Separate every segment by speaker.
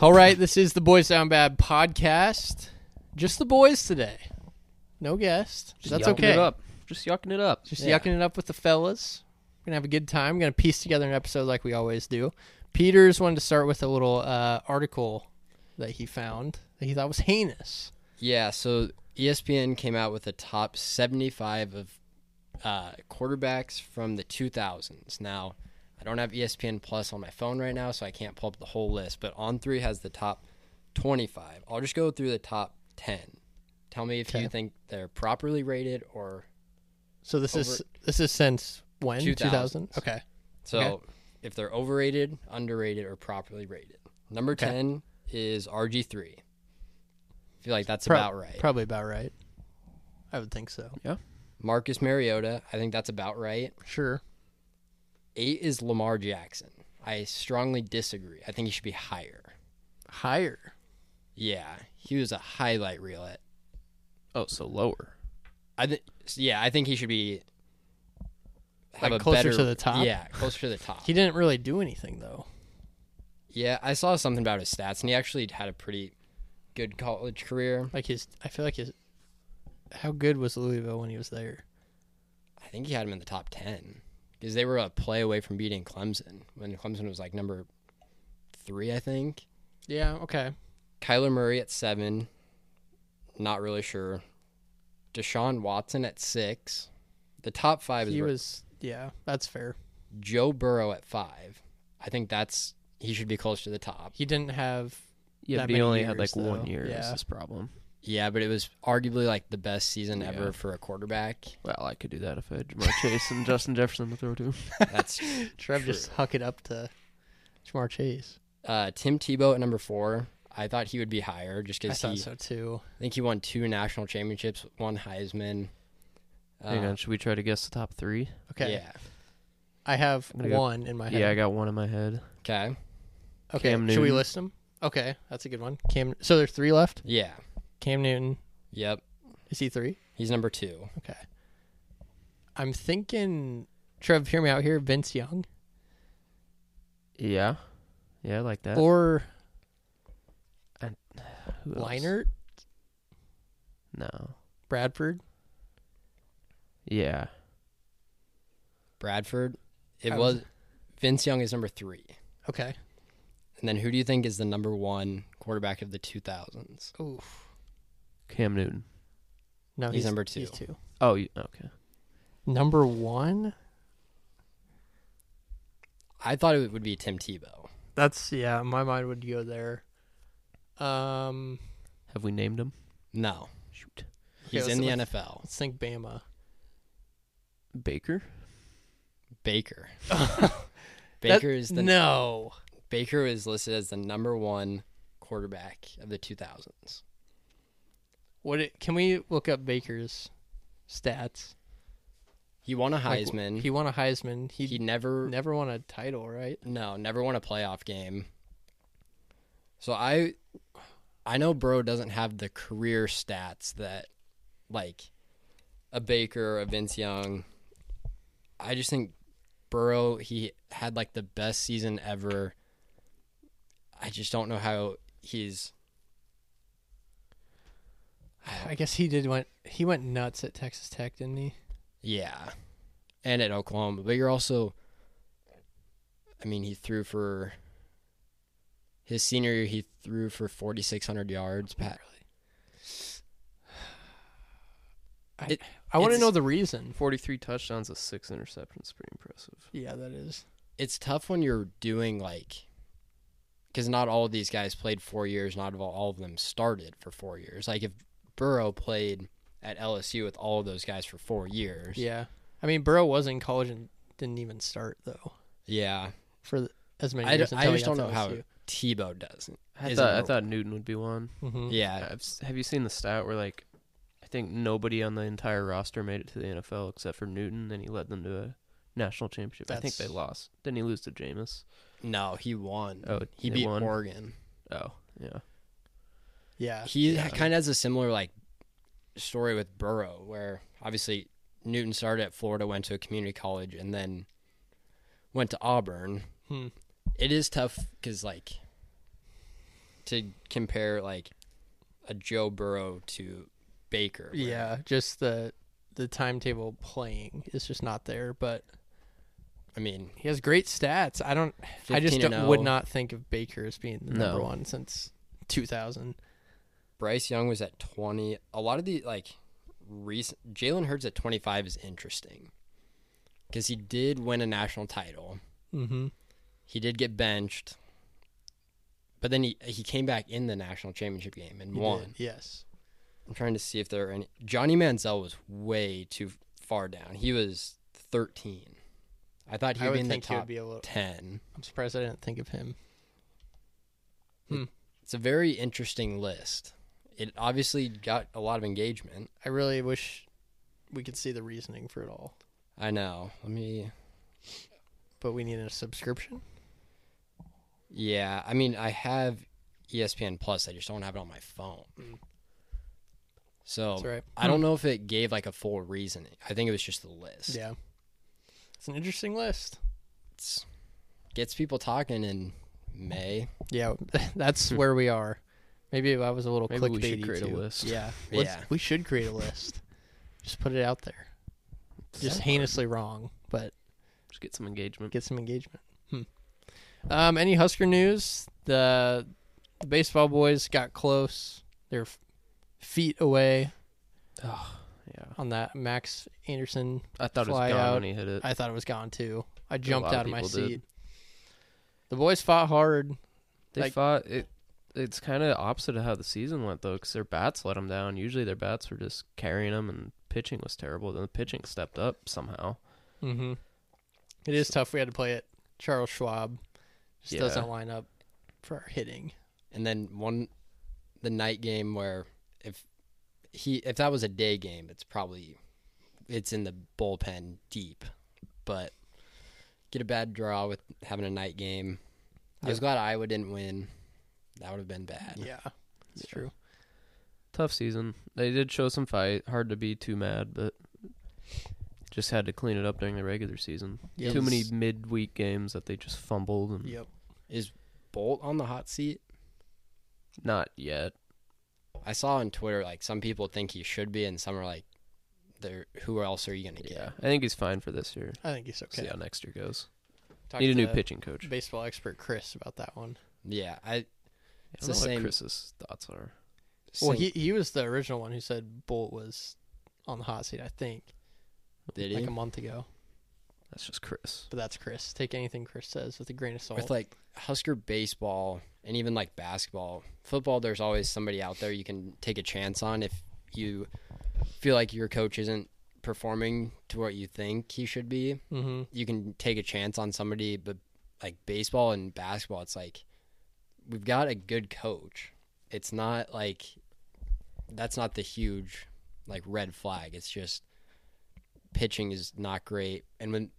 Speaker 1: All right, this is the Boys Sound Bad podcast. Just the boys today. No guest. That's
Speaker 2: yucking
Speaker 1: okay.
Speaker 2: It up. Just yucking it up.
Speaker 1: Just
Speaker 2: Yeah.
Speaker 1: yucking it up with the fellas. We're going to have a good time. We're going to piece together an episode like we always do. Peters wanted to start with a little uh, article that he found that he thought was heinous.
Speaker 2: Yeah. So E ESPN came out with a top 75 of uh, quarterbacks from the 2000s. Now, I don't have E ESPN Plus on my phone right now, so I can't pull up the whole list. But On Three has the top 25. I'll just go through the top 10. Tell me if
Speaker 1: Okay.
Speaker 2: you think they're properly rated or
Speaker 1: So this is this is since when?
Speaker 2: 2000s.
Speaker 1: Okay.
Speaker 2: So
Speaker 1: Okay.
Speaker 2: if they're overrated, underrated, or properly rated. Number
Speaker 1: Okay.
Speaker 2: 10 is RG3. I feel like that's
Speaker 1: Pro-
Speaker 2: about right.
Speaker 1: Probably about right. I would think so.
Speaker 2: Marcus Mariota, I think that's about right.
Speaker 1: Sure.
Speaker 2: Eight is Lamar Jackson. I strongly disagree. I think he should be higher.
Speaker 1: Higher.
Speaker 2: Yeah, he was a highlight reel. At
Speaker 3: Oh, so lower.
Speaker 2: I think. Yeah, I think he should be have
Speaker 1: Like
Speaker 2: a
Speaker 1: closer
Speaker 2: better,
Speaker 1: to the top?
Speaker 2: Yeah, closer to the top.
Speaker 1: He didn't really do anything though.
Speaker 2: yeah, I saw something about his stats, and he actually had a pretty good college career.
Speaker 1: Like his, I feel like his. How good was Louisville when he was there?
Speaker 2: I think he had him in the top ten because they were a play away from beating Clemson when Clemson was like number three, I think.
Speaker 1: Yeah. Okay.
Speaker 2: Kyler Murray at seven. Not really sure. Deshaun Watson at six. The top five is
Speaker 1: He
Speaker 2: where-
Speaker 1: was. Yeah, that's fair.
Speaker 2: Joe Burrow at five. I think that's he should be close to the top.
Speaker 1: He didn't have.
Speaker 3: Yeah,
Speaker 1: That
Speaker 3: but he
Speaker 1: many
Speaker 3: only had like
Speaker 1: years,
Speaker 3: one
Speaker 1: though.
Speaker 3: year. Is
Speaker 1: Yeah.
Speaker 3: his problem?
Speaker 2: Yeah, but it was arguably like the best season
Speaker 3: Yeah.
Speaker 2: ever for a quarterback.
Speaker 3: Well, I could do that if I had Jamar Chase and Justin Jefferson to throw to.
Speaker 2: That's
Speaker 1: Trev
Speaker 2: true.
Speaker 1: just huck it up to Jamar Chase.
Speaker 2: uh, Tim Tebow at number four. I thought he would be higher just
Speaker 1: I
Speaker 2: because he.
Speaker 1: thought so too.
Speaker 2: I think he won two national championships, one Heisman. Uh,
Speaker 3: Hang on, should we try to guess the top three?
Speaker 1: Okay.
Speaker 2: Yeah.
Speaker 1: I have
Speaker 3: I'm gonna go-
Speaker 1: one in my head.
Speaker 3: Yeah, I got one in my head.
Speaker 2: Okay.
Speaker 1: okay.
Speaker 3: Cam
Speaker 1: Should we
Speaker 3: Newton.
Speaker 1: list them? Okay, that's a good one. Cam. So there's three left.
Speaker 2: Yeah.
Speaker 1: Cam Newton.
Speaker 2: Yep.
Speaker 1: Is he three?
Speaker 2: He's number two.
Speaker 1: Okay. I'm thinking. Trev, hear me out here. Vince Young
Speaker 3: Yeah, yeah, I like that.
Speaker 1: or
Speaker 3: Who else?
Speaker 1: Leinert,
Speaker 3: No.
Speaker 1: Bradford.
Speaker 3: Yeah.
Speaker 2: Bradford. It
Speaker 1: I was-
Speaker 2: was, Vince Young is number three.
Speaker 1: Okay.
Speaker 2: And then who do you think is the number one quarterback of the 2000s?
Speaker 1: Oof.
Speaker 3: Cam Newton.
Speaker 1: No,
Speaker 2: He's number two.
Speaker 1: He's two.
Speaker 3: Oh, you, okay.
Speaker 1: Number one?
Speaker 2: I thought it would be Tim Tebow.
Speaker 1: That's yeah, my mind would go there. Um
Speaker 3: Have we named him?
Speaker 2: No,
Speaker 3: Shoot.
Speaker 2: he's
Speaker 1: let's-
Speaker 2: in the
Speaker 1: let's-
Speaker 2: NFL.
Speaker 1: let's think Bama.
Speaker 3: Baker.
Speaker 2: Baker. Baker
Speaker 1: That-
Speaker 2: is the
Speaker 1: No.
Speaker 2: Baker is listed as the number one quarterback of the 2000s.
Speaker 1: What it, can we look up Baker's stats?
Speaker 2: He won a
Speaker 1: Like,
Speaker 2: Heisman.
Speaker 1: he won a Heisman. He,
Speaker 2: he, never
Speaker 1: never won a title, right?
Speaker 2: no never won a playoff game. So I I know Bro doesn't have the career stats that like a Baker or a Vince Young. I just think Burrow he had like the best season ever. I just don't know how he's
Speaker 1: I guess he did went he went nuts at Texas Tech, didn't he?
Speaker 2: yeah. And at Oklahoma, but you're also I mean, he threw for his senior year he threw for 4600 yards. Pat,
Speaker 1: I,
Speaker 2: It-
Speaker 1: I want to
Speaker 2: it's-
Speaker 1: know the reason.
Speaker 3: Forty-three touchdowns, with six interceptions. Pretty impressive.
Speaker 1: Yeah, that is.
Speaker 2: it's tough when you're doing like because not all of these guys played four years not of all, all of them started for four years like if burrow played at lsu with all of those guys for four years
Speaker 1: Yeah. I mean, Burrow was in college and didn't even start though
Speaker 2: yeah
Speaker 1: for th- as many
Speaker 2: I, d-
Speaker 1: years.
Speaker 2: I
Speaker 1: until he
Speaker 2: just
Speaker 1: got
Speaker 2: don't know
Speaker 1: to
Speaker 2: how
Speaker 1: LSU.
Speaker 2: tebow doesn't
Speaker 3: I
Speaker 2: Is
Speaker 3: thought
Speaker 2: number
Speaker 3: I thought Newton would be one.
Speaker 1: Mhm.
Speaker 2: yeah
Speaker 3: I've, s- have you seen the stat where like I think nobody on the entire roster made it to the NFL except for Newton, and he led them to a national championship. I think they
Speaker 1: That's-
Speaker 3: lost. Didn't he lose to Jameis?
Speaker 2: no he won
Speaker 3: Oh,
Speaker 2: he
Speaker 3: they
Speaker 2: beat
Speaker 3: won?
Speaker 2: oregon
Speaker 3: Oh, yeah.
Speaker 1: Yeah.
Speaker 2: he
Speaker 3: Yeah.
Speaker 2: kind of has a similar like story with burrow where obviously newton started at florida went to a community college and then went to auburn
Speaker 1: Hmm.
Speaker 2: it is tough because like to compare like a Joe Burrow to Baker. where
Speaker 1: Yeah, just the the timetable playing is just not there. But
Speaker 2: I mean,
Speaker 1: he has great stats. I don't. I just
Speaker 2: 15 and oh,
Speaker 1: don't, would
Speaker 2: 0.
Speaker 1: not think of Baker as being the number
Speaker 3: No.
Speaker 1: one since 2000.
Speaker 2: Bryce Young was at 20. A lot of the like recent Jalen Hurts at 25 is interesting because he did win a national title.
Speaker 1: Mm-hmm.
Speaker 2: He did get benched, but then he he came back in the national championship game and won.
Speaker 1: Yes.
Speaker 2: I'm trying to see if there are any. Johnny Manziel was way too far down. He was 13. I thought he
Speaker 1: I
Speaker 2: would be
Speaker 1: would
Speaker 2: in the
Speaker 1: think he
Speaker 2: top
Speaker 1: would be a little.
Speaker 2: 10.
Speaker 1: I'm surprised I didn't think of him.
Speaker 2: It's a very interesting list. It obviously got a lot of engagement.
Speaker 1: I really wish we could see the reasoning for it all,
Speaker 2: I know. Let me.
Speaker 1: but we need a subscription.
Speaker 2: Yeah, I mean, I have E ESPN Plus. I just don't have it on my phone.
Speaker 1: Mm.
Speaker 2: So
Speaker 1: That's right.
Speaker 2: Oh. I don't know if it gave like a full reasoning. I think it was just the list.
Speaker 1: Yeah. It's an interesting list.
Speaker 2: It's, gets people talking in May.
Speaker 1: Yeah, that's where we are. Maybe I was a little
Speaker 3: Hmm. Maybe we
Speaker 1: clickbaity
Speaker 3: should create a
Speaker 1: too.
Speaker 3: list.
Speaker 1: Yeah,
Speaker 2: Yeah.
Speaker 1: Let's- We should create a list. Just put it out there. Just heinously wrong, but
Speaker 3: Just get some engagement.
Speaker 1: get some engagement. Hmm. Um, any Husker news? The the baseball boys got close. They're f- feet away
Speaker 3: yeah,
Speaker 1: on that Max Anderson.
Speaker 3: I thought it was
Speaker 1: Fly
Speaker 3: gone
Speaker 1: out.
Speaker 3: when he hit it.
Speaker 1: I thought it was gone too. I jumped
Speaker 3: lot of
Speaker 1: out of my
Speaker 3: people did.
Speaker 1: seat. The boys fought hard.
Speaker 3: They
Speaker 1: Like-
Speaker 3: fought it. It's kind of opposite of how the season went though, because their bats let them down. Usually their bats were just carrying them, and pitching was terrible. Then the pitching stepped up somehow.
Speaker 1: Mm-hmm. It is tough. We had to play it. Charles Schwab just
Speaker 3: Yeah.
Speaker 1: doesn't line up for our hitting.
Speaker 2: and then one the night game where if he if that was a day game it's probably it's in the bullpen deep but get a bad draw with having a night game i was glad iowa didn't win that would have been bad
Speaker 1: Yeah, it's true.
Speaker 3: Tough season. They did show some fight. Hard to be too mad, but just had to clean it up during the regular season.
Speaker 1: Yeah.
Speaker 3: Too many
Speaker 2: Yes.
Speaker 3: midweek games that they just fumbled and
Speaker 1: Yep.
Speaker 2: is bolt on the hot seat
Speaker 3: not yet.
Speaker 2: i saw on twitter like some people think he should be and some are like there who else are you gonna get
Speaker 3: Yeah, I think he's fine for this year.
Speaker 1: I think he's okay.
Speaker 3: See how next year goes.
Speaker 1: Talked
Speaker 3: Need a new
Speaker 1: to
Speaker 3: pitching coach. I
Speaker 1: Baseball expert Chris about that one.
Speaker 2: yeah i
Speaker 3: don't
Speaker 2: the
Speaker 3: know
Speaker 2: same-
Speaker 3: what Chris's thoughts are.
Speaker 1: Well,
Speaker 2: same-
Speaker 1: he he was the original one who said Bolt was on the hot seat. I think
Speaker 2: did
Speaker 1: like
Speaker 2: he
Speaker 1: a month ago.
Speaker 3: That's just Chris.
Speaker 1: But that's Chris. Take anything Chris says with a grain of salt.
Speaker 2: with like Husker baseball and even like basketball, football, there's always somebody out there you can take a chance on if you feel like your coach isn't performing to what you think he should be.
Speaker 1: mm-hmm.
Speaker 2: You can take a chance on somebody, but like baseball and basketball, it's like we've got a good coach. It's not like that's not the huge like red flag. It's just pitching is not great. And when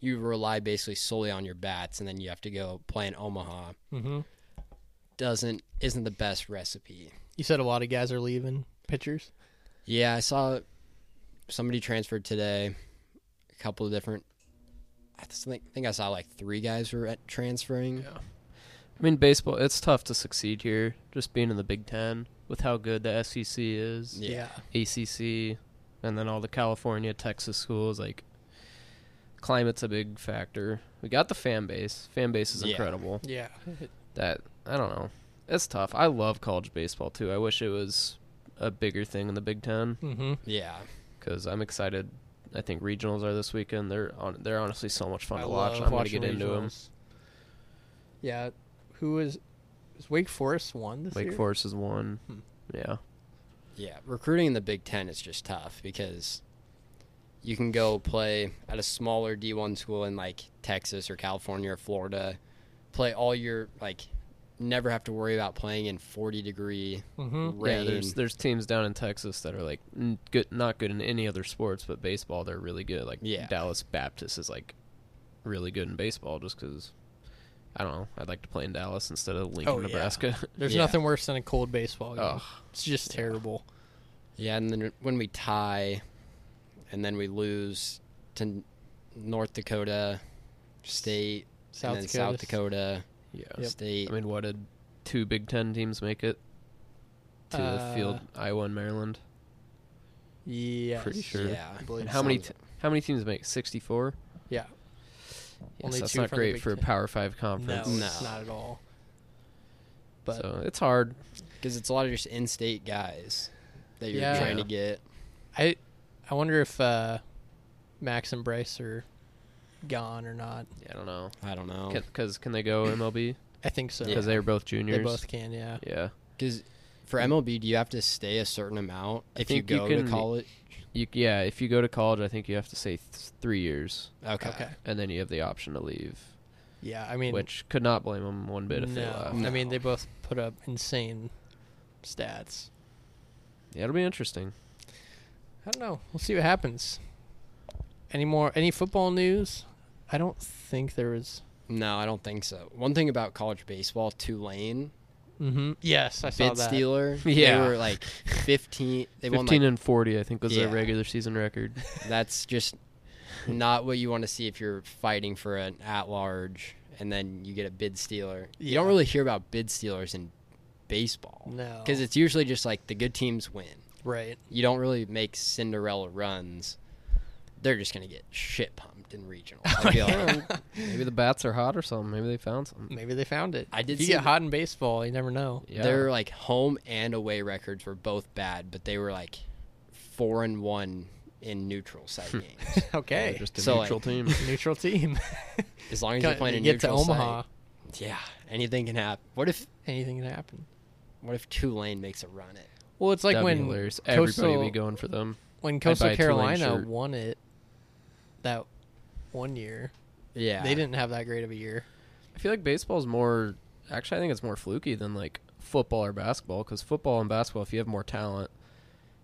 Speaker 2: you rely basically solely on your bats and then you have to go play in Omaha
Speaker 1: Mm-hmm.
Speaker 2: doesn't isn't the best recipe.
Speaker 1: You said a lot of guys are leaving pitchers.
Speaker 2: Yeah, I saw somebody transferred today. A couple of different I just think, think I saw like three guys were at transferring.
Speaker 3: I mean, baseball, it's tough to succeed here, just being in the Big Ten with how good the SEC is,
Speaker 2: Yeah.
Speaker 3: ACC, and then all the California, Texas schools. Like, climate's a big factor. We got the fan base. Fan base is
Speaker 2: Yeah.
Speaker 3: incredible.
Speaker 1: yeah.
Speaker 3: That, I don't know. It's tough. I love college baseball, too. I wish it was a bigger thing in the Big Ten
Speaker 1: Mm-hmm.
Speaker 2: Yeah.
Speaker 3: because I'm excited. I think regionals are this weekend. They're on. They're honestly so much fun
Speaker 1: I
Speaker 3: to watch.
Speaker 1: love
Speaker 3: I'm gonna
Speaker 1: watching
Speaker 3: get into them.
Speaker 1: regionals. Yeah, who is is Wake Forest one this
Speaker 3: Wake
Speaker 1: year?
Speaker 3: Forest is one.
Speaker 1: Hmm.
Speaker 3: Yeah.
Speaker 2: Yeah, recruiting in the Big Ten is just tough because you can go play at a smaller D1 school in like Texas or California or Florida, play all your like, never have to worry about playing in 40 degree
Speaker 1: Mm-hmm.
Speaker 2: rain.
Speaker 3: Hmm. Yeah, there's there's teams down in Texas that are like n- good, not good in any other sports, but baseball they're really good. Like
Speaker 2: Yeah.
Speaker 3: Dallas Baptist is like really good in baseball, just because I don't know. I'd like to play in Dallas instead of Lincoln,
Speaker 1: Oh, yeah.
Speaker 3: Nebraska.
Speaker 1: There's
Speaker 2: Yeah.
Speaker 1: nothing worse than a cold baseball game.
Speaker 3: Ugh.
Speaker 1: It's just terrible.
Speaker 2: yeah, and then when we tie, and then we lose to North Dakota State,
Speaker 1: South
Speaker 2: and then
Speaker 1: Dakota.
Speaker 2: South Dakota
Speaker 3: yeah.
Speaker 1: Yep.
Speaker 2: State,
Speaker 3: I mean, what did two Big Ten teams make it to
Speaker 1: Uh,
Speaker 3: the field? Iowa and Maryland.
Speaker 1: Yes.
Speaker 3: Pretty sure.
Speaker 2: Yeah.
Speaker 1: I believe
Speaker 3: And how many?
Speaker 2: sounds-
Speaker 3: T- how many teams make sixty-four?
Speaker 1: Yeah.
Speaker 3: Yes,
Speaker 1: Only
Speaker 3: that's
Speaker 1: two
Speaker 3: not
Speaker 1: from the
Speaker 3: great
Speaker 1: Big
Speaker 3: for a
Speaker 1: Ten.
Speaker 3: Power Five
Speaker 1: No,
Speaker 3: conference.
Speaker 2: No.
Speaker 1: it's not at all. But
Speaker 3: so it's hard.
Speaker 2: Because it's a lot of just in-state guys that you're
Speaker 1: Yeah.
Speaker 2: trying to get.
Speaker 1: I I wonder if uh, Max and Bryce are gone or not.
Speaker 3: Yeah, I don't know.
Speaker 2: I don't
Speaker 1: Oh.
Speaker 2: know.
Speaker 3: Because can they go MLB?
Speaker 1: I think so.
Speaker 3: Because they were both juniors.
Speaker 1: They both can, yeah.
Speaker 3: Yeah,
Speaker 2: Because for MLB, do you have to stay a certain amount if you
Speaker 3: think you
Speaker 2: go
Speaker 3: can-
Speaker 2: to college?
Speaker 3: you, yeah. If you go to college, I think you have to say th- three years,
Speaker 2: Okay.
Speaker 1: Okay.
Speaker 3: and then you have the option to leave,
Speaker 1: Yeah, I mean,
Speaker 3: which could not blame them one bit if they
Speaker 1: no.
Speaker 3: left.
Speaker 1: I mean,
Speaker 2: No.
Speaker 1: they both put up insane stats.
Speaker 3: Yeah, it'll be interesting.
Speaker 1: I don't know. We'll see what happens. Any more? Any football news? I don't think there was.
Speaker 2: No, I don't think so. One thing about college baseball, Tulane,
Speaker 1: Mm-hmm. Yes, I saw
Speaker 2: bid
Speaker 1: that.
Speaker 2: stealer,
Speaker 3: Yeah.
Speaker 2: they were like 15. They won
Speaker 3: Fifteen
Speaker 2: like,
Speaker 3: and forty, I think, was their
Speaker 2: Yeah.
Speaker 3: regular season record.
Speaker 2: that's just not what you want to see if you're fighting for an at-large and then you get a bid stealer. You don't
Speaker 1: Yeah.
Speaker 2: really hear about bid stealers in baseball
Speaker 1: No,
Speaker 2: because it's usually just like the good teams win.
Speaker 1: right.
Speaker 2: You don't really make Cinderella runs. They're just gonna get shit pumped in regional. I feel like.
Speaker 3: Maybe the bats are hot or something. Maybe they found something.
Speaker 1: Maybe they found it.
Speaker 2: I did
Speaker 1: If you
Speaker 2: see
Speaker 1: get
Speaker 2: the-
Speaker 1: hot in baseball, you never know.
Speaker 3: Yeah.
Speaker 2: Their like home and away records were both bad, but they were like four and one in neutral site
Speaker 3: Hmm.
Speaker 2: games.
Speaker 1: okay,
Speaker 3: They're just a
Speaker 2: So, like-
Speaker 3: neutral team.
Speaker 1: neutral team.
Speaker 2: As long as you're
Speaker 1: Get
Speaker 2: playing a
Speaker 1: to
Speaker 2: neutral
Speaker 1: Omaha,
Speaker 2: site, yeah, anything can happen. What if
Speaker 1: anything can happen.
Speaker 2: what if Tulane makes a run? It
Speaker 1: Well, it's like
Speaker 3: That'd be
Speaker 1: when
Speaker 3: hilarious. everybody
Speaker 1: Coastal
Speaker 3: would be going for them.
Speaker 1: when
Speaker 3: buy
Speaker 1: Coastal
Speaker 3: a Tulane
Speaker 1: Carolina
Speaker 3: shirt.
Speaker 1: won it that one year.
Speaker 2: yeah,
Speaker 1: They didn't have that great of a year.
Speaker 3: I feel like baseball's more. Actually, I think it's more fluky than like football or basketball because football and basketball, if you have more talent,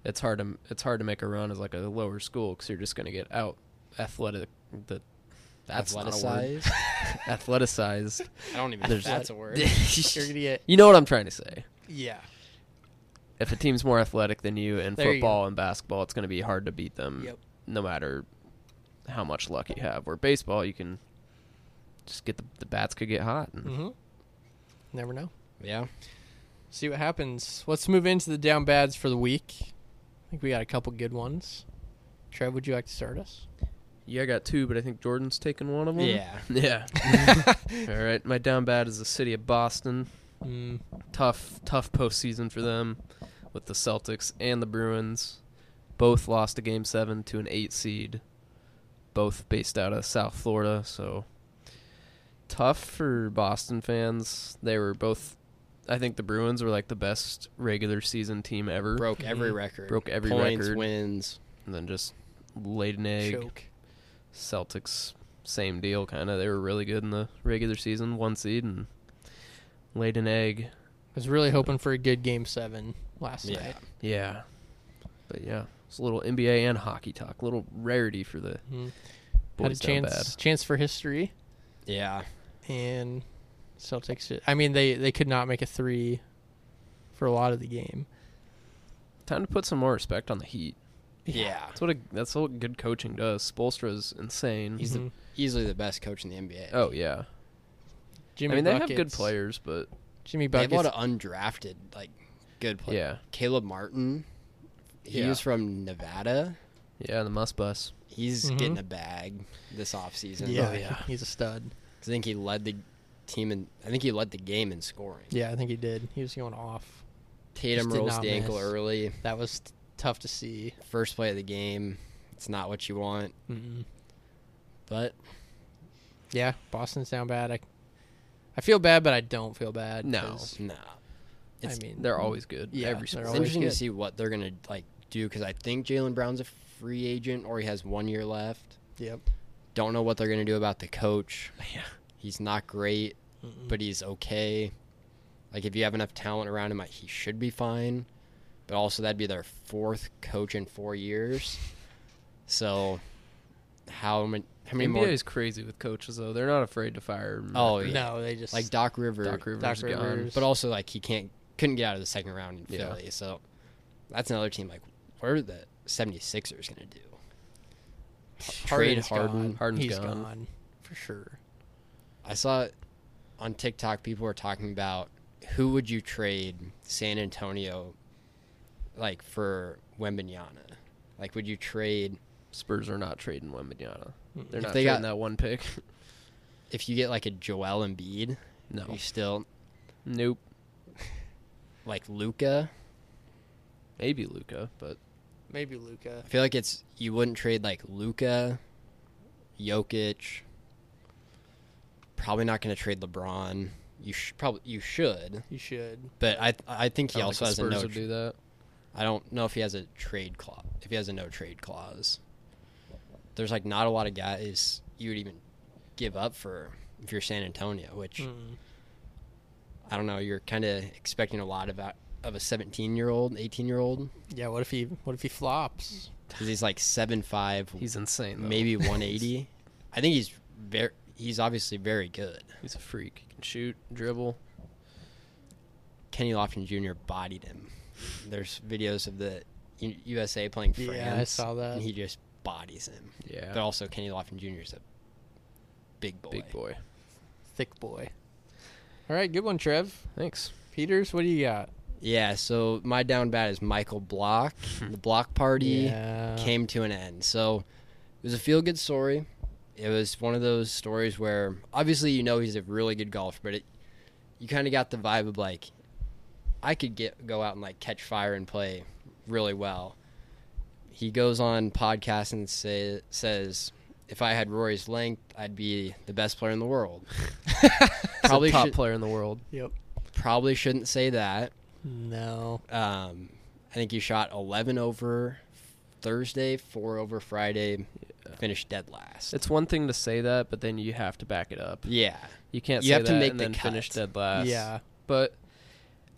Speaker 3: it's hard to it's hard to make a run as like a lower school because you're just going to get out athletic. The that's not a word.
Speaker 2: athleticized.
Speaker 3: Athleticized.
Speaker 2: I don't even know
Speaker 3: There's-
Speaker 2: if that's a word.
Speaker 1: You're gonna get
Speaker 3: You know what I'm trying to say.
Speaker 1: yeah.
Speaker 3: If a team's more athletic than you in
Speaker 1: There you
Speaker 3: football and basketball, it's going to be hard to beat them.
Speaker 1: Yep.
Speaker 3: No matter how much luck you have. Where baseball, you can just get the, the bats could get hot. And,
Speaker 1: Mm-hmm. Never know.
Speaker 2: yeah,
Speaker 1: See what happens. Let's move into the down bads for the week. I think we got a couple good ones. Trev, would you like to start us?
Speaker 3: Yeah, I got two, but I think Jordan's taking one of them.
Speaker 2: yeah.
Speaker 3: Yeah. All right. My down bad is the city of Boston.
Speaker 1: Mm,
Speaker 3: Tough, tough postseason for them with the Celtics and the Bruins. Both lost a game seven to an eight seed. Both based out of South Florida, so tough for Boston fans. They were both I think the Bruins were like the best regular season team ever.
Speaker 2: Broke every
Speaker 1: Mhm.
Speaker 2: record.
Speaker 3: Mm-hmm. Broke every
Speaker 2: Points,
Speaker 3: record.
Speaker 2: Wins.
Speaker 3: And then just laid an egg.
Speaker 1: choke.
Speaker 3: Celtics, same deal, kind of. They were really good in the regular season, one seed, and laid an egg.
Speaker 1: I was really hoping for a good game seven last
Speaker 2: Yeah.
Speaker 1: night.
Speaker 3: Yeah. But yeah, it's a little NBA and hockey talk, a little rarity for the
Speaker 1: Mhm. Had a
Speaker 3: boys down
Speaker 1: chance chance for history.
Speaker 2: Yeah.
Speaker 1: and Celtics. ju- I mean, they they could not make a three for a lot of the game.
Speaker 3: bad. Time to put some more respect on the Heat.
Speaker 2: Yeah.
Speaker 3: That's what a, that's what good coaching does. Spolstra's insane. Mm-hmm.
Speaker 2: He's
Speaker 1: Mhm.
Speaker 2: the easily the best coach in the NBA.
Speaker 3: oh yeah,
Speaker 1: Jimmy
Speaker 3: I mean they have good
Speaker 1: Buckets-
Speaker 3: players, but
Speaker 1: Jimmy
Speaker 2: They have a lot
Speaker 1: Buckets.
Speaker 2: of undrafted like good players.
Speaker 3: yeah,
Speaker 2: Caleb Martin. He
Speaker 3: Yeah.
Speaker 2: was from Nevada.
Speaker 3: yeah, the must bus.
Speaker 2: He's
Speaker 1: Mhm.
Speaker 2: getting a bag this offseason.
Speaker 1: yeah,
Speaker 3: Oh, yeah.
Speaker 1: he's a stud.
Speaker 2: 'Cause I think he led the team in I think he led the game in scoring.
Speaker 1: Yeah, I think he did. He was going off.
Speaker 2: Tatum
Speaker 1: Just did
Speaker 2: rolls
Speaker 1: not
Speaker 2: the ankle
Speaker 1: miss.
Speaker 2: early.
Speaker 1: That was t- tough to see.
Speaker 2: First play of the game. It's not what you want.
Speaker 1: Mm-mm.
Speaker 2: But
Speaker 1: Yeah, Boston's down bad. I I feel bad, but I don't feel bad.
Speaker 3: No.
Speaker 1: 'cause,
Speaker 2: nah.
Speaker 1: I
Speaker 2: It's-
Speaker 1: mean mm,
Speaker 3: They're always good.
Speaker 1: Yeah,
Speaker 3: every
Speaker 1: they're
Speaker 3: sport.
Speaker 2: It's
Speaker 1: always
Speaker 2: interesting
Speaker 1: good.
Speaker 2: to see what they're gonna like do because I think Jalen Brown's a free agent or he has one year left.
Speaker 1: Yep.
Speaker 2: Don't know what they're gonna do about the coach.
Speaker 3: Yeah.
Speaker 2: He's not great,
Speaker 1: Mm-mm.
Speaker 2: but he's okay. Like if you have enough talent around him, like, he should be fine. But also that'd be their fourth coach in four years. So how many? How many
Speaker 3: NBA
Speaker 2: more?
Speaker 3: is crazy with coaches though. They're not afraid to fire. 'em
Speaker 2: Oh,
Speaker 3: after
Speaker 2: yeah.
Speaker 1: no, they just
Speaker 2: Like Doc Rivers,
Speaker 3: Doc Rivers,
Speaker 1: Doc
Speaker 3: is gone.
Speaker 1: Rivers.
Speaker 2: but also like he can't couldn't get out of the second round in
Speaker 3: Yeah.
Speaker 2: Philly. So that's another team. Like what are the 76ers gonna do? trade
Speaker 1: Harden's
Speaker 2: Harden.
Speaker 1: Gone.
Speaker 3: Harden's
Speaker 1: He's
Speaker 3: gone.
Speaker 1: for sure.
Speaker 2: I saw on TikTok people were talking about who would you trade San Antonio like for Wembenyana? Like, would you trade
Speaker 3: Spurs are not trading Wembenyana. They're not
Speaker 2: If they
Speaker 3: trading
Speaker 2: got-
Speaker 3: that one pick.
Speaker 2: if you get like a Joel Embiid?
Speaker 3: No.
Speaker 2: You still
Speaker 3: Nope.
Speaker 2: like Luca?
Speaker 3: Maybe Luca, but
Speaker 1: Maybe Luca.
Speaker 2: I feel like it's you wouldn't trade like Luca, Jokic. Probably not going to trade LeBron. You sh- probably you should,
Speaker 1: You should.
Speaker 2: but I I think
Speaker 3: I
Speaker 2: he
Speaker 3: don't
Speaker 2: also
Speaker 3: think
Speaker 2: has
Speaker 3: the Spurs
Speaker 2: a no.
Speaker 3: would
Speaker 2: Tra-
Speaker 3: do that.
Speaker 2: I don't know if he has a trade clause. If he has a no trade clause, there's like not a lot of guys you would even give up for if you're San Antonio, which
Speaker 1: Mm.
Speaker 2: I don't know. You're kind of expecting a lot of a, of a 17 year old, 18 year old,
Speaker 1: Yeah. What if he? What if he flops?
Speaker 2: because he's like seven five,
Speaker 3: He's insane. Though.
Speaker 2: maybe 180. I think he's very he's obviously very good.
Speaker 3: he's a freak. He can shoot, dribble.
Speaker 2: Kenny Lofton Jr. bodied him. There's videos of the U- USA playing
Speaker 1: Yeah, I
Speaker 2: France.
Speaker 1: saw that.
Speaker 2: And he just bodies him. But
Speaker 3: Yeah,
Speaker 2: also Kenny Lofton Jr. is a big boy.
Speaker 3: big boy.
Speaker 1: Thick boy. All right. Good one, Trev.
Speaker 3: Thanks.
Speaker 1: Peters, what do you got?
Speaker 2: Yeah. So my down bad is Michael Block. the Block Party.
Speaker 1: Yeah.
Speaker 2: came to an end. So it was a feel good story. It was one of those stories where obviously you know he's a really good golfer, but it, you kind of got the vibe of like I could get go out and like catch fire and play really well. He goes on podcast and say, says if I had Rory's length, I'd be the best player in the world.
Speaker 3: Probably
Speaker 2: probably
Speaker 3: top
Speaker 2: should-
Speaker 3: player in the world.
Speaker 1: Yep.
Speaker 2: probably shouldn't say that.
Speaker 1: No.
Speaker 2: Um, I think he shot 11 over Thursday, 4 over Friday, finished dead last.
Speaker 3: It's one thing to say that, but then you have to back it up.
Speaker 2: Yeah.
Speaker 3: You can't.
Speaker 2: You
Speaker 3: say
Speaker 2: have to
Speaker 3: that
Speaker 2: make
Speaker 3: and
Speaker 2: the
Speaker 3: then finish
Speaker 2: cut.
Speaker 3: dead last.
Speaker 1: Yeah.
Speaker 3: but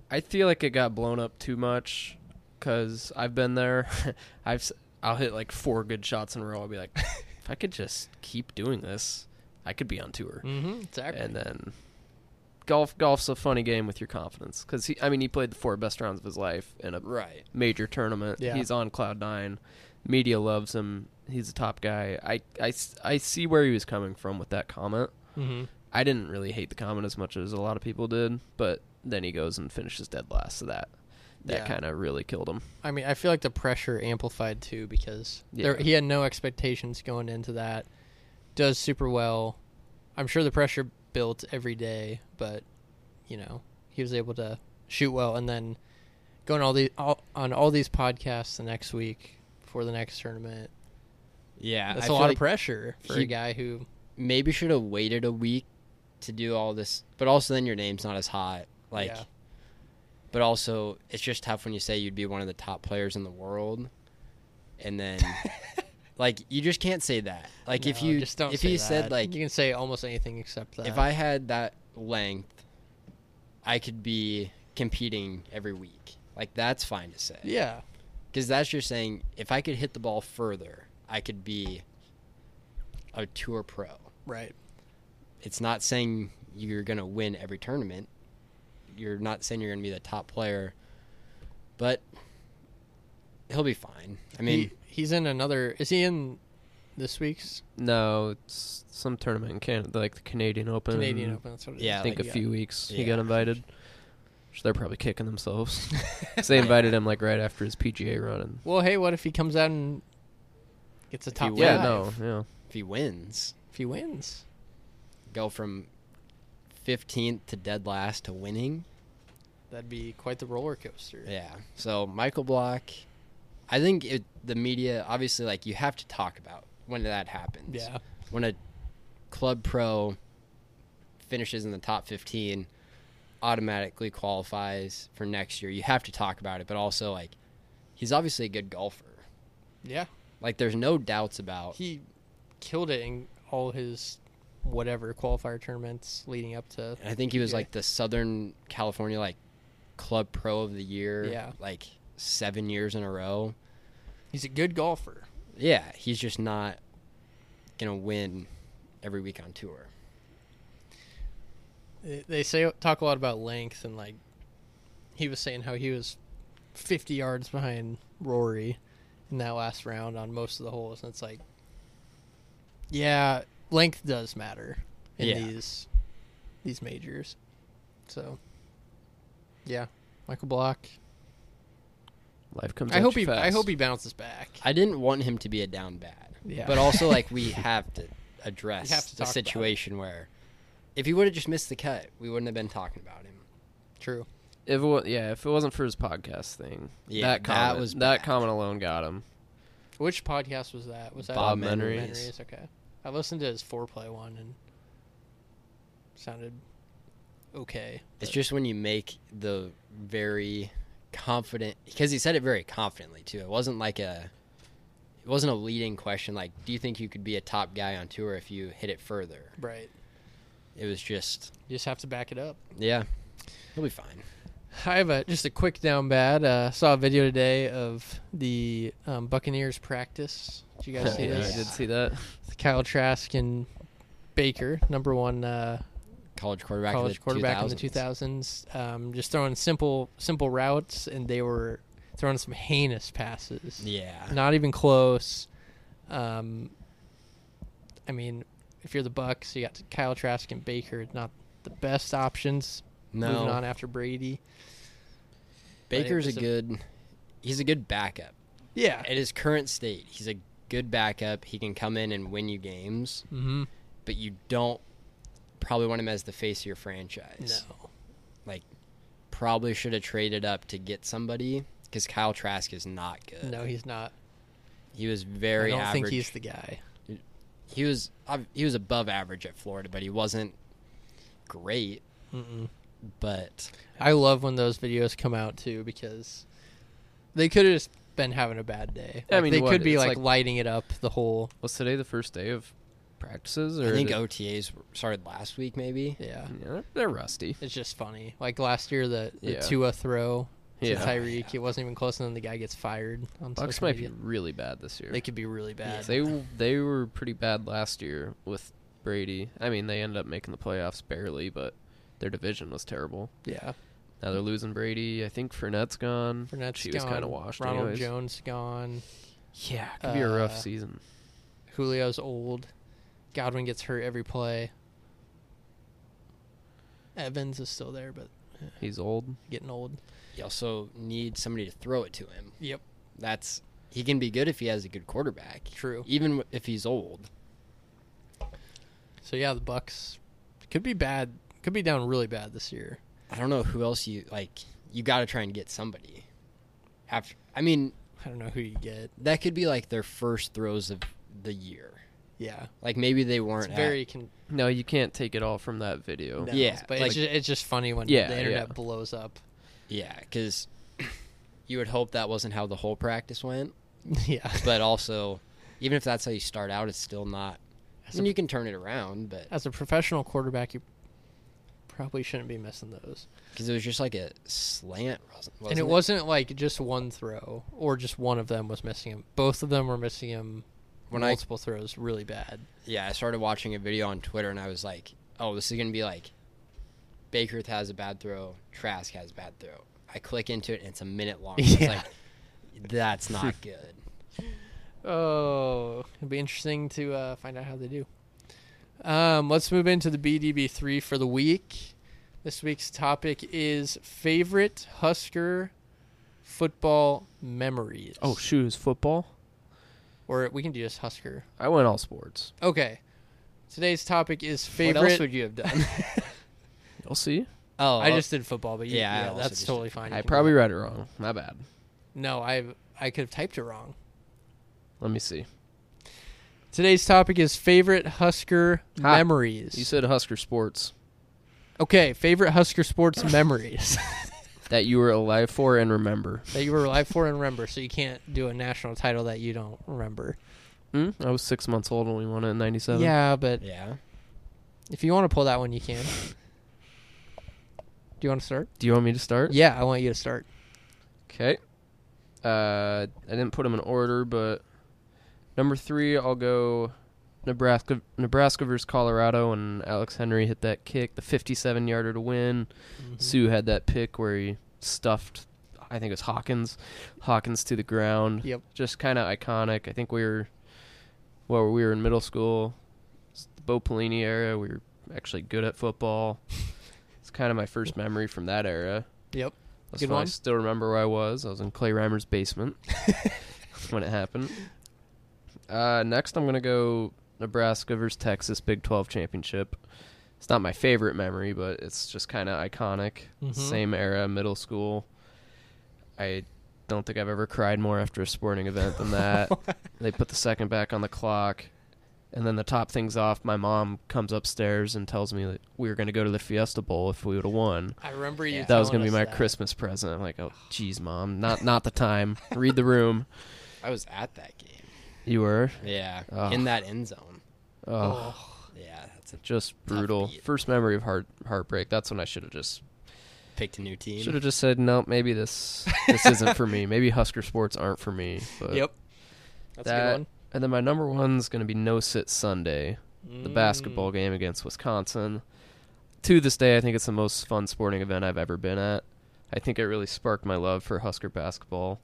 Speaker 3: I feel like it got blown up too much because I've been there. I've s- I'll hit like four good shots in a row. I'll be like, if I could just keep doing this, I could be on tour.
Speaker 1: Mm-hmm. Exactly.
Speaker 3: And then golf golf's a funny game with your confidence because he I mean he played the four best rounds of his life in a
Speaker 2: Right.
Speaker 3: major tournament.
Speaker 1: Yeah.
Speaker 3: He's on cloud nine. Media loves him. He's a top guy. I, I s- I see where he was coming from with that comment.
Speaker 1: mm-hmm.
Speaker 3: I didn't really hate the comment as much as a lot of people did, but then he goes and finishes dead last. So that that
Speaker 1: Yeah.
Speaker 3: kind of really killed him.
Speaker 1: I mean, I feel like the pressure amplified too because there,
Speaker 3: Yeah.
Speaker 1: he had no expectations going into that. Does super well. I'm sure the pressure built every day, but you know he was able to shoot well and then going all the all, on all these podcasts the next week before the next tournament.
Speaker 2: Yeah.
Speaker 1: That's
Speaker 2: I
Speaker 1: a
Speaker 2: feel
Speaker 1: lot
Speaker 2: like
Speaker 1: of pressure for a
Speaker 2: he-
Speaker 1: guy who.
Speaker 2: Maybe should have waited a week to do all this, but also then your name's not as hot. Like,
Speaker 1: Yeah.
Speaker 2: but also it's just tough when you say you'd be one of the top players in the world, and then like you just can't say that. Like if
Speaker 1: No,
Speaker 2: you
Speaker 1: just don't
Speaker 2: if
Speaker 1: say
Speaker 2: you
Speaker 1: that.
Speaker 2: said like
Speaker 1: you can say almost anything except that.
Speaker 2: if I had that length, I could be competing every week. Like that's fine to say.
Speaker 1: yeah
Speaker 2: Because that's just saying if I could hit the ball further, I could be a tour pro.
Speaker 1: right
Speaker 2: It's not saying you're going to win every tournament. You're not saying you're going to be the top player, but he'll be fine. I
Speaker 1: He-
Speaker 2: mean,
Speaker 1: he's in another is he in this week's
Speaker 3: No, it's some tournament in Canada, like the Canadian Open.
Speaker 1: Canadian Open that's what it is.
Speaker 2: Yeah,
Speaker 3: I think
Speaker 2: like,
Speaker 3: a few weeks he
Speaker 2: Yeah.
Speaker 3: got invited. Which they're probably kicking themselves. 'Cause they invited him like right after his PGA run. And,
Speaker 1: Well, hey, what if he comes out and gets a
Speaker 2: If he
Speaker 1: top
Speaker 2: wins.
Speaker 3: yeah,
Speaker 1: five?
Speaker 3: no, yeah.
Speaker 2: if he wins,
Speaker 1: If he wins,
Speaker 2: go from 15th to dead last to winning.
Speaker 1: that'd be quite the roller coaster.
Speaker 2: Yeah. So Michael Block, I think it, the media obviously like you have to talk about when that happens.
Speaker 1: Yeah.
Speaker 2: when a club pro finishes in the top 15 automatically qualifies for next year you have to talk about it but also like he's obviously a good golfer
Speaker 1: Yeah.
Speaker 2: like there's no doubts about
Speaker 1: He killed it in all his whatever qualifier tournaments leading up to.
Speaker 2: and i think he was
Speaker 1: Yeah.
Speaker 2: like the southern california like club pro of the year
Speaker 1: Yeah.
Speaker 2: like seven years in a row
Speaker 1: He's a good golfer.
Speaker 2: yeah he's just not gonna win every week on tour
Speaker 1: They- They say talk a lot about length and like he was saying how he was 50 yards behind Rory in that last round on most of the holes and it's like yeah, length does matter in
Speaker 2: Yeah.
Speaker 1: these these majors. So Yeah, Michael Block.
Speaker 3: Life comes.
Speaker 1: I
Speaker 3: at
Speaker 1: hope
Speaker 3: you
Speaker 1: he. I
Speaker 3: fast.
Speaker 1: hope he bounces back.
Speaker 2: I didn't want him to be a down bat.
Speaker 1: Yeah.
Speaker 2: But also, like, we have to address
Speaker 1: We have to
Speaker 2: the
Speaker 1: talk about it.
Speaker 2: situation where if he would have just missed the cut, we wouldn't have been talking about him.
Speaker 1: True.
Speaker 3: If it wa- yeah, if it wasn't for his podcast thing,
Speaker 2: Yeah,
Speaker 3: that
Speaker 2: that
Speaker 3: comment,
Speaker 2: was
Speaker 3: that
Speaker 2: bad.
Speaker 3: comment alone got him.
Speaker 1: Which podcast was that? Was that
Speaker 3: Bob
Speaker 1: Memories?
Speaker 3: Memories.
Speaker 1: Okay. I listened to his foreplay one and sounded okay.
Speaker 2: It's
Speaker 1: but-
Speaker 2: just when you make the very confident because he said it very confidently too. It wasn't like a it wasn't a leading question like do you think you could be a top guy on tour if you hit it further?
Speaker 1: right.
Speaker 2: It was just
Speaker 1: You just have to back it up.
Speaker 2: yeah. He'll be fine.
Speaker 1: I have a, just a quick down bad. Uh, saw a video today of the um, Buccaneers practice. Did you
Speaker 3: yeah,
Speaker 1: guys see
Speaker 2: Yeah.
Speaker 1: this?
Speaker 3: I did see that.
Speaker 1: Kyle Trask and Baker, number one uh,
Speaker 2: College quarterback
Speaker 1: college
Speaker 2: of the
Speaker 1: quarterback
Speaker 2: 2000s.
Speaker 1: in the 2000s, um, just throwing simple simple routes, and they were throwing some heinous passes.
Speaker 2: Yeah.
Speaker 1: Not even close. Um, I mean, if you're the Bucks, you got Kyle Trask and Baker, not the best options. Moving on
Speaker 2: No.
Speaker 1: after Brady.
Speaker 2: Baker's a
Speaker 1: It's a-
Speaker 2: good he's a good backup.
Speaker 1: Yeah.
Speaker 2: At his current state, he's a good backup. He can come in and win you games,
Speaker 1: Mm-hmm.
Speaker 2: but you don't probably want him as the face of your franchise.
Speaker 1: No.
Speaker 2: probably should have traded up to get somebody because Kyle Trask is not good.
Speaker 1: No, he's not.
Speaker 2: he was very.
Speaker 1: I don't
Speaker 2: average.
Speaker 1: think he's the guy.
Speaker 2: He was ob- he was above average at Florida, but he wasn't great.
Speaker 1: Mm-mm.
Speaker 2: But
Speaker 1: I love when those videos come out too because they could have just been having a bad day.
Speaker 3: I
Speaker 1: Like,
Speaker 3: mean,
Speaker 1: they
Speaker 3: what,
Speaker 1: could be
Speaker 3: it's
Speaker 1: like,
Speaker 3: like-
Speaker 1: lighting it up the whole.
Speaker 3: Was today the first day of practices? Or
Speaker 2: I think
Speaker 3: did-
Speaker 2: OTAs started last week, maybe.
Speaker 1: Yeah,
Speaker 3: yeah, they're- they're rusty.
Speaker 1: it's just funny. Like last year, the, the
Speaker 3: Yeah.
Speaker 1: Tua throw to
Speaker 3: Yeah.
Speaker 1: Tyreek, it wasn't even close, and then the guy gets fired. On
Speaker 3: Bucks
Speaker 1: social
Speaker 3: might be
Speaker 1: media.
Speaker 3: really bad this year.
Speaker 1: They could be really bad.
Speaker 3: They they were pretty bad last year with Brady. I mean, they ended up making the playoffs barely, but their division was terrible.
Speaker 1: yeah,
Speaker 3: Now they're losing Brady. I think Fournette's gone.
Speaker 1: Mm-hmm. Fournette's
Speaker 3: she was
Speaker 1: gone.
Speaker 3: kind of washed.
Speaker 1: Ronald
Speaker 3: anyways.
Speaker 1: Jones gone.
Speaker 3: Yeah, it could be a rough
Speaker 1: Uh,
Speaker 3: season.
Speaker 1: Julio's old. Godwin gets hurt every play. Evans is still there, but
Speaker 3: He's old.
Speaker 1: getting old.
Speaker 2: You also need somebody to throw it to him.
Speaker 1: Yep,
Speaker 2: That's he can be good if he has a good quarterback,
Speaker 1: true.
Speaker 2: even w- if he's old.
Speaker 1: So yeah, the Bucks could be bad. Could be down really bad this year.
Speaker 2: I don't know who else you like. You got to try and get somebody. After I mean,
Speaker 1: I don't know who you get.
Speaker 2: that could be like their first throws of the year.
Speaker 1: Yeah,
Speaker 2: Like maybe they weren't
Speaker 1: it's
Speaker 2: at-
Speaker 1: very con-
Speaker 3: No, you can't take it all from that video.
Speaker 1: no,
Speaker 2: Yeah,
Speaker 1: but
Speaker 2: like-
Speaker 1: it's, just, it's just funny when
Speaker 3: Yeah,
Speaker 1: the internet
Speaker 3: yeah.
Speaker 1: blows up.
Speaker 2: yeah, because you would hope that wasn't how the whole practice went.
Speaker 1: yeah,
Speaker 2: But also, even if that's how you start out, it's still not.
Speaker 1: As
Speaker 2: And
Speaker 1: a-
Speaker 2: you can turn it around, but
Speaker 1: as a professional quarterback, you probably shouldn't be missing those.
Speaker 2: because it was just like a slant, wasn't, wasn't
Speaker 1: and it, wasn't like just one throw or just one of them was missing him. Both of them were missing him.
Speaker 2: When I-
Speaker 1: multiple throws, really bad.
Speaker 2: Yeah, I started watching a video on Twitter, and I was like, "Oh, this is gonna be like Baker has a bad throw, Trask has a bad throw." I click into it, and it's a minute long. It's
Speaker 1: Yeah.
Speaker 2: like that's not good.
Speaker 1: Oh, it'll be interesting to uh, find out how they do. Um, let's move into the BDB three for the week. This week's topic is favorite Husker football memories.
Speaker 3: Oh, shoes football.
Speaker 1: or we can do just Husker.
Speaker 3: I went all sports.
Speaker 1: Okay. Today's topic is favorite.
Speaker 2: What else would you have done?
Speaker 3: You'll see.
Speaker 2: oh,
Speaker 1: I just did football, but you,
Speaker 2: Yeah, I
Speaker 1: yeah,
Speaker 2: also
Speaker 1: that's
Speaker 2: just-
Speaker 1: totally fine. You
Speaker 3: I
Speaker 1: can-
Speaker 3: probably read it wrong. My bad.
Speaker 1: no, I I could have typed it wrong.
Speaker 3: Let me see.
Speaker 1: Today's topic is favorite Husker
Speaker 3: Ha.
Speaker 1: memories.
Speaker 3: You said Husker sports
Speaker 1: okay, favorite Husker sports memories.
Speaker 3: that you were alive for and remember.
Speaker 1: that you were alive for and remember. So you can't do a national title that you don't remember.
Speaker 3: Hmm? I was six months old when we won it in '97.
Speaker 1: Yeah, but
Speaker 2: yeah.
Speaker 1: if you want to pull that one, you can. Do you want to start?
Speaker 3: Do you want me to start?
Speaker 1: Yeah, I want you to start.
Speaker 3: Okay. Uh, I didn't put them in order, but number three, I'll go Nebraska. Nebraska versus Colorado, and Alex Henry hit that kick, the 57 yarder to win. Sue had that pick where he stuffed, I think it was Hawkins, Hawkins to the ground.
Speaker 1: Yep.
Speaker 3: Just kind of iconic. I think we were, well, we were in middle school, It's the Bo Pelini era. We were actually good at football. it's kind of my first memory from that era.
Speaker 1: Yep.
Speaker 3: That's
Speaker 1: Good
Speaker 3: when I
Speaker 1: one.
Speaker 3: still remember where I was. I was in Clay Reimer's basement when it happened. Uh, next, I'm going to go Nebraska versus Texas Big 12 championship. It's not my favorite memory, but it's just kind of iconic.
Speaker 1: Mhm.
Speaker 3: Same era, middle school. I don't think I've ever cried more after a sporting event than
Speaker 1: Uh,
Speaker 3: that. they put the second back on the clock. And then the top things off, my mom comes upstairs and tells me that we were going to go to the Fiesta Bowl if we would have won
Speaker 1: I remember you.
Speaker 2: Yeah.
Speaker 3: that was
Speaker 1: telling
Speaker 3: gonna be
Speaker 1: us
Speaker 3: my
Speaker 1: that.
Speaker 3: Christmas present. I'm like, oh, geez, mom, not not the time. Read the room.
Speaker 2: I was at that game.
Speaker 3: You were
Speaker 2: Yeah,
Speaker 3: Ugh.
Speaker 2: in that end zone.
Speaker 3: oh,
Speaker 2: Yeah, that's a,
Speaker 3: just brutal.
Speaker 2: beat.
Speaker 3: First memory of heart heartbreak. That's when I should have just
Speaker 2: picked a new team.
Speaker 3: should have just said no. Maybe this this isn't for me. Maybe Husker sports aren't for me. But
Speaker 1: Yep. That's
Speaker 3: that-
Speaker 1: a good
Speaker 3: And then my number one's gonna be No Sit Sunday,
Speaker 1: one.
Speaker 3: the
Speaker 1: Mm.
Speaker 3: basketball game against Wisconsin. To this day, I think it's the most fun sporting event I've ever been at. I think it really sparked my love for Husker basketball.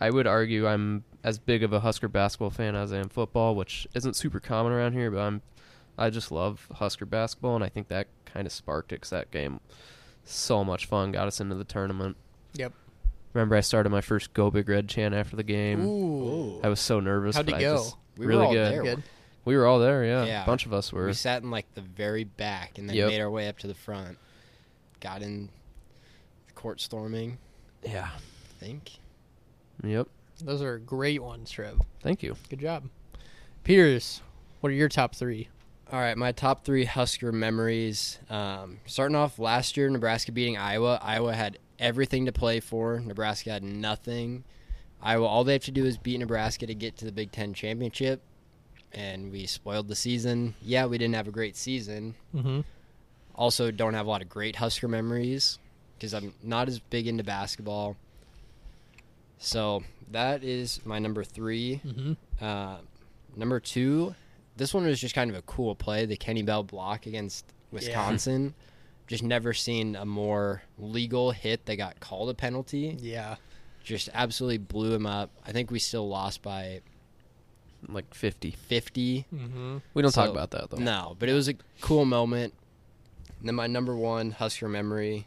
Speaker 3: I would argue I'm as big of a Husker basketball fan as I am football, which isn't super common around here, but I'm I just love Husker basketball and I think that kind of sparked it 'cause that game so much fun got us into the tournament.
Speaker 1: Mm, Yep.
Speaker 3: Remember I started my first Go Big Red chant after the game.
Speaker 1: Ooh.
Speaker 2: Ooh.
Speaker 3: I was so nervous.
Speaker 1: How'd
Speaker 3: but
Speaker 1: it
Speaker 3: I
Speaker 1: go?
Speaker 3: just-
Speaker 2: we
Speaker 3: really
Speaker 2: were all
Speaker 3: good.
Speaker 2: there.
Speaker 1: Good.
Speaker 3: we were all there, yeah.
Speaker 2: Yeah.
Speaker 3: A bunch of us were.
Speaker 2: We sat in like the very back and then
Speaker 3: Yep.
Speaker 2: made our way up to the front. Got in court storming,
Speaker 3: yeah.
Speaker 2: I think.
Speaker 3: Yep.
Speaker 1: Those are great ones, Trev.
Speaker 3: Thank you.
Speaker 1: Good job. Peters, what are your top three?
Speaker 2: All right, my top three Husker memories. Um, starting off last year, Nebraska beating Iowa. Iowa had everything to play for. Nebraska had nothing. Iowa, all they have to do is beat Nebraska to get to the Big Ten championship, and we spoiled the season. Yeah, we didn't have a great season.
Speaker 1: Mm-hmm.
Speaker 2: Also, don't have a lot of great Husker memories because I'm not as big into basketball. So that is my number three.
Speaker 1: Mm-hmm.
Speaker 2: Uh, number two, this one was just kind of a cool play, the Kenny Bell block against Wisconsin. Just never seen a more legal hit that got called a penalty.
Speaker 1: Yeah.
Speaker 2: Just absolutely blew him up. I think we still lost by
Speaker 3: Like 50.
Speaker 2: 50.
Speaker 1: Mm-hmm.
Speaker 3: We don't talk
Speaker 2: So-
Speaker 3: about that though.
Speaker 2: No, but it was a cool moment. And then my number one Husker memory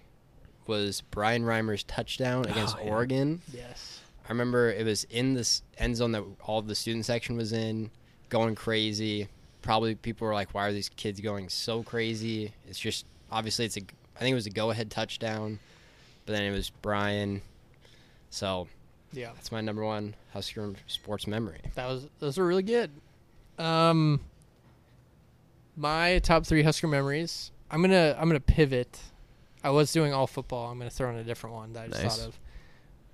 Speaker 2: was Brian Reimer's touchdown against
Speaker 3: Oh, yeah.
Speaker 2: Oregon.
Speaker 1: Yes.
Speaker 2: I remember it was in this end zone that all the student section was in, going crazy. Probably people were like, "Why are these kids going so crazy?" It's just obviously it's a. I think it was a go-ahead touchdown, but then it was Brian. So
Speaker 1: Yeah.
Speaker 2: that's my number one Husker sports memory.
Speaker 1: That was those were really good. Um my top three Husker memories. I'm gonna I'm gonna pivot. I was doing all football. I'm gonna throw in a different one that I just
Speaker 3: Nice.
Speaker 1: thought of.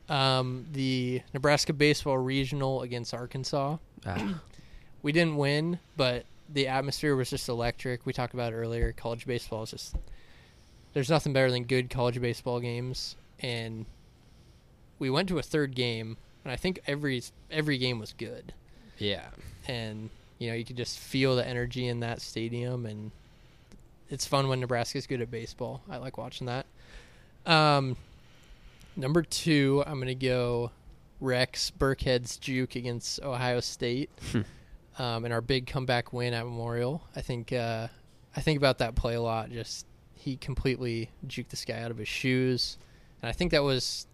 Speaker 1: Um, the Nebraska baseball regional against Arkansas.
Speaker 3: Ah,
Speaker 1: We didn't win, but the atmosphere was just electric. We talked about it earlier. College baseball is just there's nothing better than good college baseball games. And we went to a third game, and I think every every game was good
Speaker 2: Yeah,
Speaker 1: and you know you could just feel the energy in that stadium and it's fun when nebraska's good at baseball i like watching that um number two i'm gonna go rex burkhead's juke against ohio state um and our big comeback win at memorial i think uh i think about that play a lot just he completely juked this guy out of his shoes and i think that was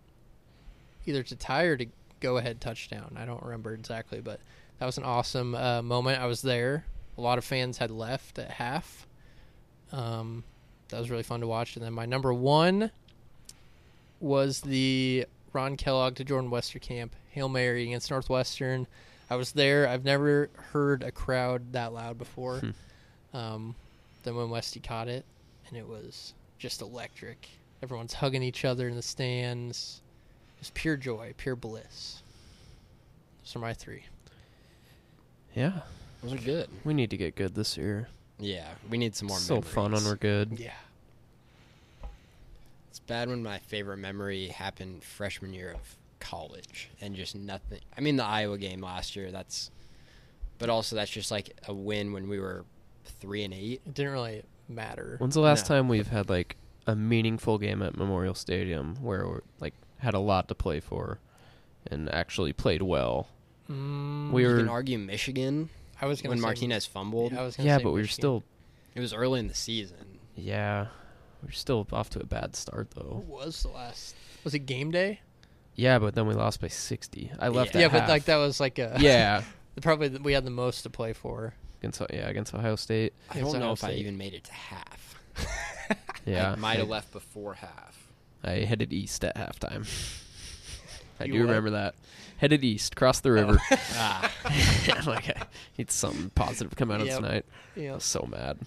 Speaker 1: either to tie or to go ahead touchdown i don't remember exactly but that was an awesome uh, moment. I was there. A lot of fans had left at half. Um, that was really fun to watch. And then my number one was the Ron Kellogg to Jordan Westerkamp Hail Mary against Northwestern. I was there. I've never heard a crowd that loud before. Um, then when Westy caught it, and it was just electric. Everyone's hugging each other in the stands. It was pure joy, pure bliss. Those are my three.
Speaker 3: yeah.
Speaker 2: those are good.
Speaker 3: We need to get good this year.
Speaker 2: Yeah, we need some more.
Speaker 3: so fun when
Speaker 2: memories.
Speaker 3: we're good.
Speaker 1: Yeah.
Speaker 2: It's bad when my favorite memory happened freshman year of college and just nothing. I mean, the Iowa game last year, that's, but also that's just like a win when we were three and eight.
Speaker 1: It didn't really matter.
Speaker 3: When's the last
Speaker 2: No.
Speaker 3: time we've had like a meaningful game at Memorial Stadium where we like had a lot to play for and actually played well?
Speaker 1: Mm,
Speaker 3: We
Speaker 2: You
Speaker 3: were
Speaker 2: can argue Michigan
Speaker 1: I was gonna
Speaker 2: when
Speaker 1: say,
Speaker 2: Martinez fumbled.
Speaker 1: I was gonna
Speaker 3: Yeah,
Speaker 1: say
Speaker 3: but we were
Speaker 1: Michigan.
Speaker 3: still
Speaker 2: It was early in the season.
Speaker 3: yeah. We're still off to a bad start though.
Speaker 1: What was the last? Was it game day?
Speaker 3: Yeah, but then we lost by 60. I left.
Speaker 1: yeah,
Speaker 3: at
Speaker 1: but
Speaker 3: half.
Speaker 1: like that was like a
Speaker 3: yeah,
Speaker 1: probably th- we had the most to play for.
Speaker 3: against yeah against Ohio State.
Speaker 2: I
Speaker 1: It's
Speaker 2: don't know
Speaker 1: Ohio
Speaker 2: if I
Speaker 1: State.
Speaker 2: even made it to half.
Speaker 3: Yeah,
Speaker 2: I might have
Speaker 3: I-
Speaker 2: left before half.
Speaker 3: I headed east at halftime. I
Speaker 1: You
Speaker 3: do
Speaker 1: what? Oh.
Speaker 3: remember that. Headed east, crossed the river.
Speaker 2: ah,
Speaker 3: like I need something positive come out of
Speaker 1: Yep.
Speaker 3: tonight.
Speaker 1: You
Speaker 3: I
Speaker 1: know,
Speaker 3: was so mad.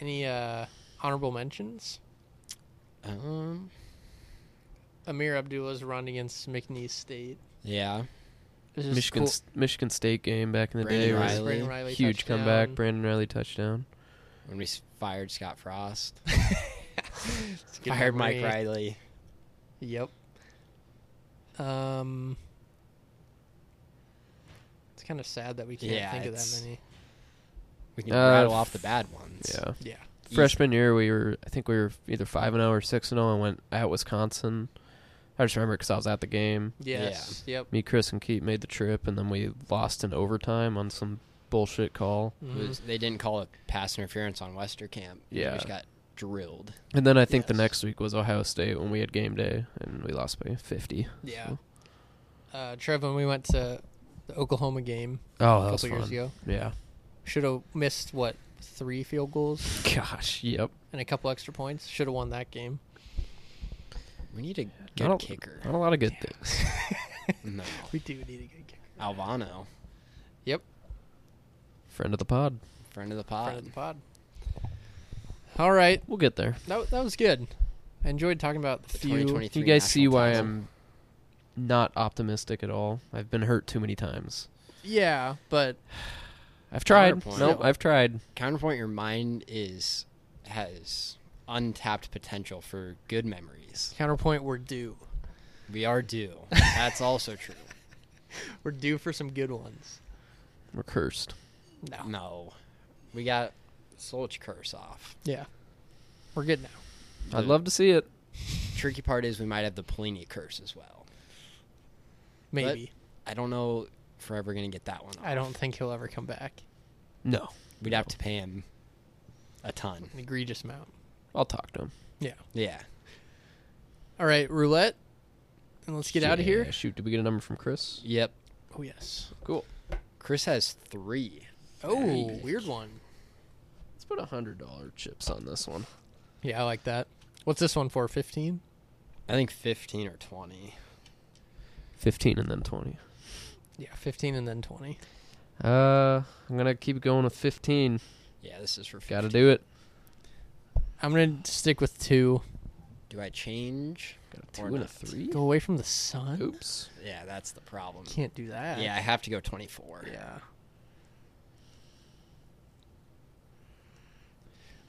Speaker 1: any uh, honorable mentions?
Speaker 2: um,
Speaker 1: Amir Abdullah's run against McNeese State.
Speaker 2: yeah,
Speaker 1: It was just
Speaker 3: Michigan
Speaker 1: cool.
Speaker 3: S- Michigan State game back in the
Speaker 2: Brandon
Speaker 3: day was
Speaker 2: Riley.
Speaker 1: Brandon Riley
Speaker 3: huge
Speaker 1: touchdown.
Speaker 3: comeback. Brandon Riley touchdown.
Speaker 2: when we s- fired Scott Frost,
Speaker 1: It's a good
Speaker 2: fired Mike
Speaker 1: memory.
Speaker 2: Riley.
Speaker 1: Yep. Um, it's kind of sad that we can't
Speaker 2: Yeah,
Speaker 1: think of
Speaker 2: it's-
Speaker 1: that many.
Speaker 2: We can
Speaker 3: Uh,
Speaker 2: rattle
Speaker 3: f-
Speaker 2: off the bad ones.
Speaker 3: Yeah.
Speaker 1: Yeah.
Speaker 2: Easy.
Speaker 3: Freshman year, we were I think we were either five and zero or six and zero, and went at Wisconsin. I just remember because I was at the game.
Speaker 1: Yes. Yep.
Speaker 3: Me, Chris, and Keith made the trip, and then we lost in overtime on some bullshit call.
Speaker 2: It
Speaker 1: Mhm.
Speaker 2: was- they didn't call it pass interference on Wester Camp.
Speaker 3: Yeah.
Speaker 2: we just got drilled.
Speaker 3: And then I think the
Speaker 1: Yes.
Speaker 3: next week was Ohio State when we had game day, and we lost by fifty.
Speaker 1: Yeah. Uh, Trev, when we went to the Oklahoma game
Speaker 3: Oh,
Speaker 1: a
Speaker 3: that was
Speaker 1: couple
Speaker 3: fun.
Speaker 1: years ago,
Speaker 3: Yeah.
Speaker 1: should have missed what three field goals
Speaker 3: Gosh. Yep.
Speaker 1: and a couple extra points. Should have won that game.
Speaker 2: We need a
Speaker 3: Not
Speaker 2: good
Speaker 3: a-
Speaker 2: kicker.
Speaker 3: Not a lot of good things.
Speaker 2: No,
Speaker 1: We do need a good kicker.
Speaker 2: Alvano,
Speaker 1: Yep.
Speaker 3: Friend of the pod.
Speaker 2: friend of the
Speaker 1: Friend of
Speaker 2: pod.
Speaker 1: the pod. Uh, All right.
Speaker 3: We'll get there.
Speaker 1: That, that was good. I enjoyed talking about the few.
Speaker 2: 2023
Speaker 3: You guys see
Speaker 2: national
Speaker 3: why
Speaker 2: title.
Speaker 3: I'm not optimistic at all. I've been hurt too many times.
Speaker 1: Yeah, but
Speaker 3: I've tried.
Speaker 2: Counterpoint.
Speaker 3: Nope. I've tried.
Speaker 2: counterpoint. Your mind is has untapped potential for good memories.
Speaker 1: counterpoint, we're due.
Speaker 2: We are due. That's also true.
Speaker 1: We're due for some good ones.
Speaker 3: We're cursed.
Speaker 1: No.
Speaker 2: No, we got Solch curse off.
Speaker 1: Yeah. We're good now.
Speaker 3: I'd
Speaker 2: The
Speaker 3: love to see it.
Speaker 2: Tricky part is we might have the Polini curse as well.
Speaker 1: Maybe.
Speaker 2: I don't know if we're ever gonna get that one. Off.
Speaker 1: I don't think he'll ever come back.
Speaker 3: No.
Speaker 2: We'd have to pay him a ton.
Speaker 1: An egregious amount.
Speaker 3: I'll talk to him.
Speaker 1: Yeah.
Speaker 2: Yeah.
Speaker 1: All right, roulette. And let's get out of
Speaker 3: Yeah,
Speaker 1: here.
Speaker 3: Shoot. Did we get a number from Chris?
Speaker 2: Yep.
Speaker 1: Oh, yes.
Speaker 3: Cool.
Speaker 2: Chris has three.
Speaker 1: Oh,
Speaker 2: Hey.
Speaker 1: weird one.
Speaker 3: Let's put a hundred dollar chips on this one.
Speaker 1: Yeah, I like that. What's this one for? 15?
Speaker 2: I think fifteen or twenty.
Speaker 3: Fifteen and then twenty.
Speaker 1: Yeah, 15 and then 20.
Speaker 3: Uh, I'm gonna keep going with fifteen.
Speaker 2: Yeah, this is for. 15.
Speaker 3: Got to do it.
Speaker 1: I'm going to stick with two.
Speaker 2: Do I change?
Speaker 3: Got a two
Speaker 2: Or
Speaker 3: and a
Speaker 2: not.
Speaker 3: three.
Speaker 1: Go away from the sun?
Speaker 3: Oops.
Speaker 2: Yeah, that's the problem.
Speaker 1: Can't do that.
Speaker 2: Yeah, I have to go twenty-four.
Speaker 1: Yeah.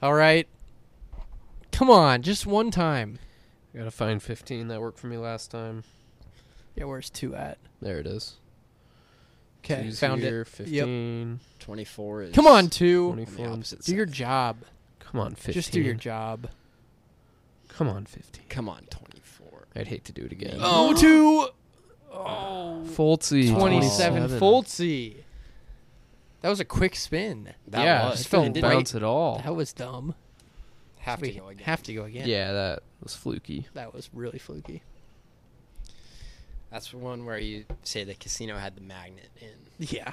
Speaker 1: All right. Come on, just one time.
Speaker 3: Got to find fifteen that worked for me last time.
Speaker 1: Yeah, where's two at?
Speaker 3: There it is.
Speaker 1: Okay,
Speaker 3: Two's
Speaker 1: found
Speaker 3: here,
Speaker 1: it. Yep.
Speaker 3: Fifteen.
Speaker 2: Twenty-four is.
Speaker 1: Come on, two.
Speaker 3: 24.
Speaker 2: On the opposite
Speaker 1: Do your
Speaker 2: side.
Speaker 1: job.
Speaker 3: Come on, fifteen.
Speaker 1: Just do your job.
Speaker 3: Come on, fifteen.
Speaker 2: Come on, twenty-four.
Speaker 3: I'd hate to do it again.
Speaker 2: Oh.
Speaker 1: two.
Speaker 3: Foltzy.
Speaker 1: 27 Foltzy. That was a quick spin.
Speaker 2: That
Speaker 3: yeah,
Speaker 2: was.
Speaker 3: it
Speaker 1: felt
Speaker 2: I
Speaker 3: didn't
Speaker 2: didn't
Speaker 3: bounce at all.
Speaker 1: That was dumb.
Speaker 2: have to
Speaker 1: we
Speaker 2: go again.
Speaker 1: have to go again.
Speaker 3: Yeah, that was fluky.
Speaker 1: That was really fluky.
Speaker 2: That's the one where you say the casino had the magnet in.
Speaker 1: Yeah.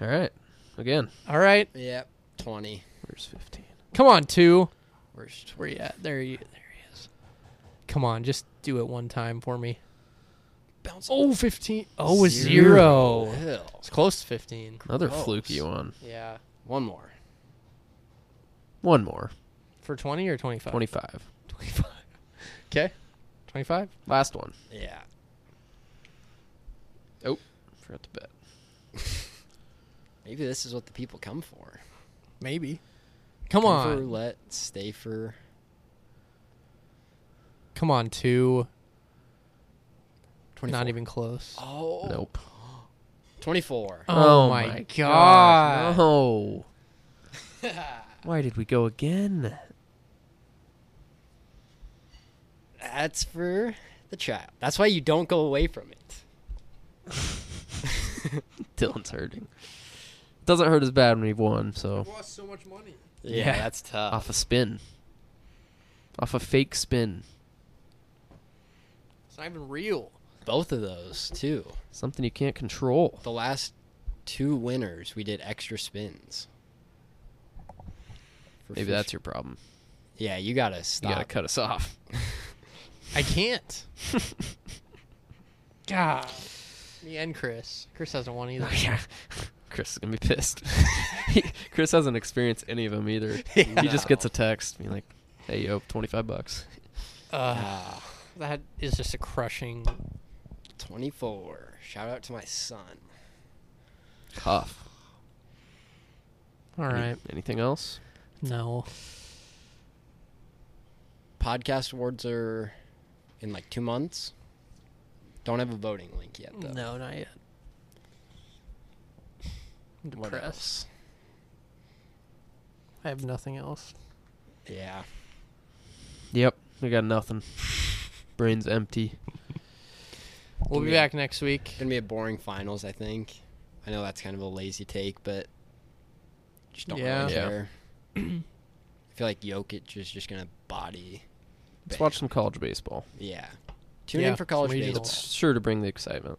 Speaker 3: All right. Again,
Speaker 1: All right.
Speaker 2: Yep. Twenty.
Speaker 3: where's 15?
Speaker 1: Come on, two.
Speaker 2: Where's
Speaker 1: Where you at? There you. There he is. Come on, just do it one time for me.
Speaker 2: bounce?
Speaker 1: Oh, 15. Oh, a
Speaker 3: Zero.
Speaker 1: zero. It's close to 15.
Speaker 3: Another
Speaker 2: Gross.
Speaker 3: fluky one.
Speaker 1: Yeah.
Speaker 2: One more.
Speaker 3: One more.
Speaker 1: For 20 or 25?
Speaker 3: 25.
Speaker 1: 25. Okay. 25?
Speaker 3: Last one.
Speaker 2: Yeah.
Speaker 3: Forgot to bet.
Speaker 2: Maybe this is what the people come for.
Speaker 1: Maybe. Come,
Speaker 2: Come
Speaker 1: on.
Speaker 2: For roulette, stay for.
Speaker 1: Come on, two.
Speaker 2: 24.
Speaker 1: Not even close.
Speaker 2: Oh.
Speaker 3: Nope.
Speaker 2: Twenty-four.
Speaker 1: Oh my
Speaker 3: gosh,
Speaker 1: God.
Speaker 3: No. Why did we go again?
Speaker 2: That's for the child. That's why you don't go away from it.
Speaker 3: Dylan's hurting. Doesn't hurt as bad when we've won, so
Speaker 1: lost so much money.
Speaker 2: Yeah,
Speaker 3: Yeah.
Speaker 2: that's tough.
Speaker 3: off a spin, off a fake spin,
Speaker 1: It's not even real.
Speaker 2: Uh, Both of those too.
Speaker 3: something you can't control.
Speaker 2: The last two winners, we did extra spins. For
Speaker 3: Maybe
Speaker 2: fish-
Speaker 3: that's your problem.
Speaker 2: Yeah, you gotta
Speaker 3: You
Speaker 2: stop.
Speaker 3: gotta cut us off.
Speaker 1: I can't. God. Oh, Me and Chris. Chris hasn't won either.
Speaker 3: yeah. Chris is gonna be pissed. Chris hasn't experienced any of them either.
Speaker 1: Yeah.
Speaker 3: He just
Speaker 2: No.
Speaker 3: gets a text being like, "Hey yo, twenty five bucks."
Speaker 1: Uh,
Speaker 2: Ah,
Speaker 1: that is just a crushing.
Speaker 2: Twenty-four. Shout out to my son.
Speaker 3: Tough.
Speaker 1: All
Speaker 3: Any-
Speaker 1: right.
Speaker 3: Anything else?
Speaker 1: No.
Speaker 2: Podcast awards are in like two months. Don't have a voting link yet though.
Speaker 1: No, not yet. I'm
Speaker 2: What
Speaker 1: depressed. I have nothing else.
Speaker 2: Yeah.
Speaker 3: Yep, we got nothing. Brain's empty.
Speaker 1: We'll be
Speaker 2: Yeah.
Speaker 1: back next week.
Speaker 2: Gonna be a boring finals, I think. I know that's kind of a lazy take, but just don't
Speaker 1: Yeah.
Speaker 2: really
Speaker 3: Yeah.
Speaker 2: care. I feel like Jokic is just gonna body.
Speaker 3: Let's
Speaker 2: Bam.
Speaker 3: watch some college baseball.
Speaker 2: Yeah. Tune
Speaker 1: Yeah,
Speaker 2: in for college
Speaker 1: some
Speaker 2: baseball.
Speaker 1: regional.
Speaker 3: It's sure to bring the excitement.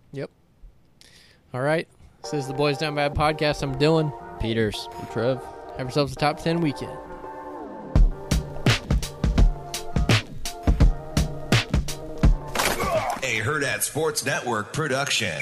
Speaker 1: All right. This is the Boys Down Bad podcast. I'm Dylan.
Speaker 2: Peters.
Speaker 3: And Trev.
Speaker 1: Have yourselves a top 10 weekend.
Speaker 4: A Herd at Sports Network production.